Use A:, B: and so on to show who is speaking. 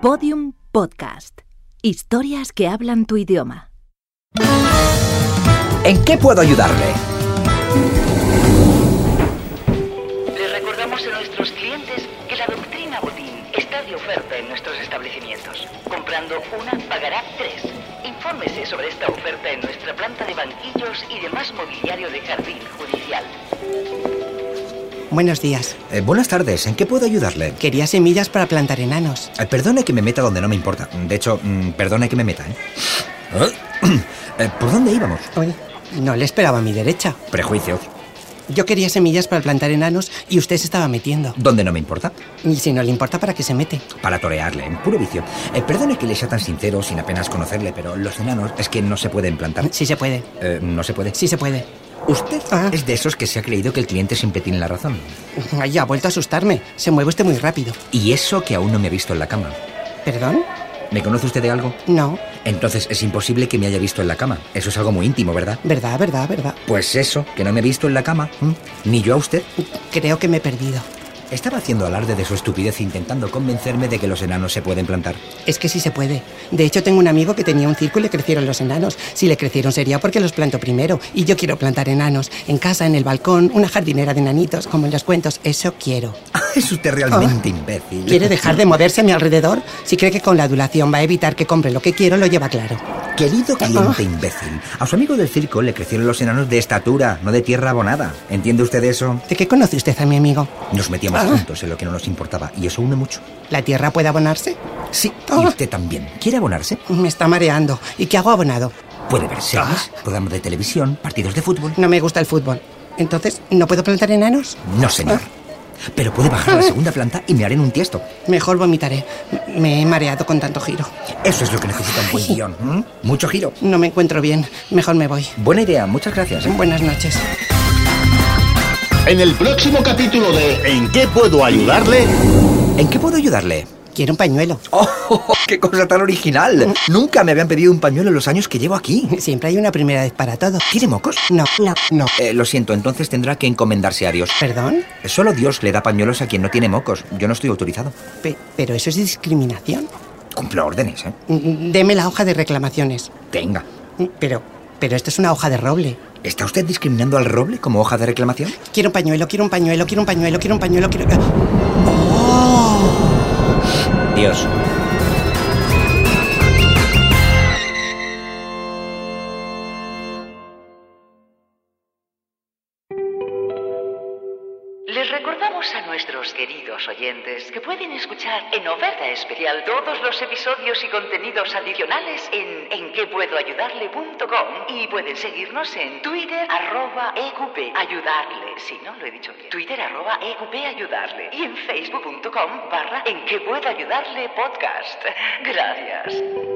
A: Podium Podcast. Historias que hablan tu idioma.
B: ¿En qué puedo ayudarle?
C: Les recordamos a nuestros clientes que la doctrina Botín está de oferta en nuestros establecimientos. Comprando una, pagará tres. Infórmese sobre esta oferta en nuestra planta de banquillos y demás mobiliario de jardín judicial.
D: Buenos días.
B: Eh, buenas tardes, ¿en qué puedo ayudarle?
D: Quería semillas para plantar enanos.
B: Eh, perdone que me meta donde no me importa. De hecho, mm, perdone que me meta, ¿eh? Eh, ¿Por dónde íbamos?
D: Uy, no le esperaba a mi derecha.
B: Prejuicios.
D: Yo quería semillas para plantar enanos y usted se estaba metiendo.
B: ¿Dónde no me importa?
D: Y si no le importa, ¿para qué se mete?
B: Para torearle, en puro vicio. Eh, perdone que le sea tan sincero sin apenas conocerle, pero los enanos es que no se pueden plantar.
D: Sí se puede.
B: Eh, no se puede.
D: Sí se puede.
B: Usted
D: Ah.
B: es de esos que se ha creído que el cliente siempre tiene la razón.
D: Ay, ha vuelto a asustarme. Se mueve usted muy rápido.
B: Y eso que aún no me ha visto en la cama.
D: ¿Perdón?
B: ¿Me conoce usted de algo?
D: No.
B: Entonces es imposible que me haya visto en la cama. Eso es algo muy íntimo, ¿verdad?
D: ¿Verdad, verdad, verdad?
B: Pues eso, que no me he visto en la cama. ¿m? Ni yo a usted.
D: Creo que me he perdido.
B: Estaba haciendo alarde de su estupidez intentando convencerme de que los enanos se pueden plantar.
D: Es que sí se puede. De hecho, tengo un amigo que tenía un circo y le crecieron los enanos. Si le crecieron sería porque los plantó primero. Y yo quiero plantar enanos. En casa, en el balcón, una jardinera de enanitos, como en los cuentos. Eso quiero.
B: Ah, Es usted realmente imbécil.
D: Ah. ¿Quiere dejar de moverse a mi alrededor? Si cree que con la adulación va a evitar que compre lo que quiero, lo lleva claro. Ah.
B: Querido cliente imbécil, a su amigo del circo le crecieron los enanos de estatura, no de tierra abonada. ¿Entiende usted eso?
D: ¿De qué conoce usted a mi amigo?
B: Nos metíamos
D: Ah.
B: juntos en lo que no nos importaba y eso une mucho.
D: ¿La tierra puede abonarse?
B: Sí, y
D: Ah.
B: usted también. ¿Quiere abonarse?
D: Me está mareando. ¿Y qué hago abonado?
B: Puede ver series,
D: Ah.
B: programas de televisión, partidos de fútbol.
D: No me gusta el fútbol. Entonces, ¿no puedo plantar enanos?
B: No, señor.
D: Ah.
B: Pero puede bajar a la segunda planta y me haré en un tiesto.
D: Mejor vomitaré. M- Me he mareado con tanto giro.
B: Eso es lo que necesita un buen guión. ¿m? Mucho giro.
D: No me encuentro bien. Mejor me voy.
B: Buena idea, muchas gracias. ¿eh?
D: Buenas noches.
E: En el próximo capítulo de ¿En qué puedo ayudarle?
B: ¿En qué puedo ayudarle?
D: Quiero un pañuelo.
B: ¡Oh, qué cosa tan original! Nunca me habían pedido un pañuelo en los años que llevo aquí.
D: Siempre hay una primera vez para todo.
B: ¿Tiene mocos?
D: No, no, no.
B: Eh, lo siento, entonces tendrá que encomendarse a Dios.
D: ¿Perdón?
B: Solo Dios le da pañuelos a quien no tiene mocos. Yo no estoy autorizado.
D: Pe- ¿Pero eso es discriminación?
B: Cumplo órdenes, ¿eh?
D: Mm, Deme la hoja de reclamaciones. Mm,
B: Tenga.
D: Pero, pero esto es una hoja de roble.
B: ¿Está usted discriminando al roble como hoja de reclamación?
D: Quiero un pañuelo, quiero un pañuelo, quiero un pañuelo, quiero un pañuelo, quiero... ah.
B: Dios.
C: Les recordamos a nuestros queridos oyentes que pueden escuchar en oferta especial todos los episodios y contenidos adicionales en enquepuedoayudarle.com y pueden seguirnos en Twitter arroba EQP ayudarle, si no lo he dicho bien, Twitter arroba EQP ayudarle y en facebook.com barra en que puedo ayudarle podcast. Gracias.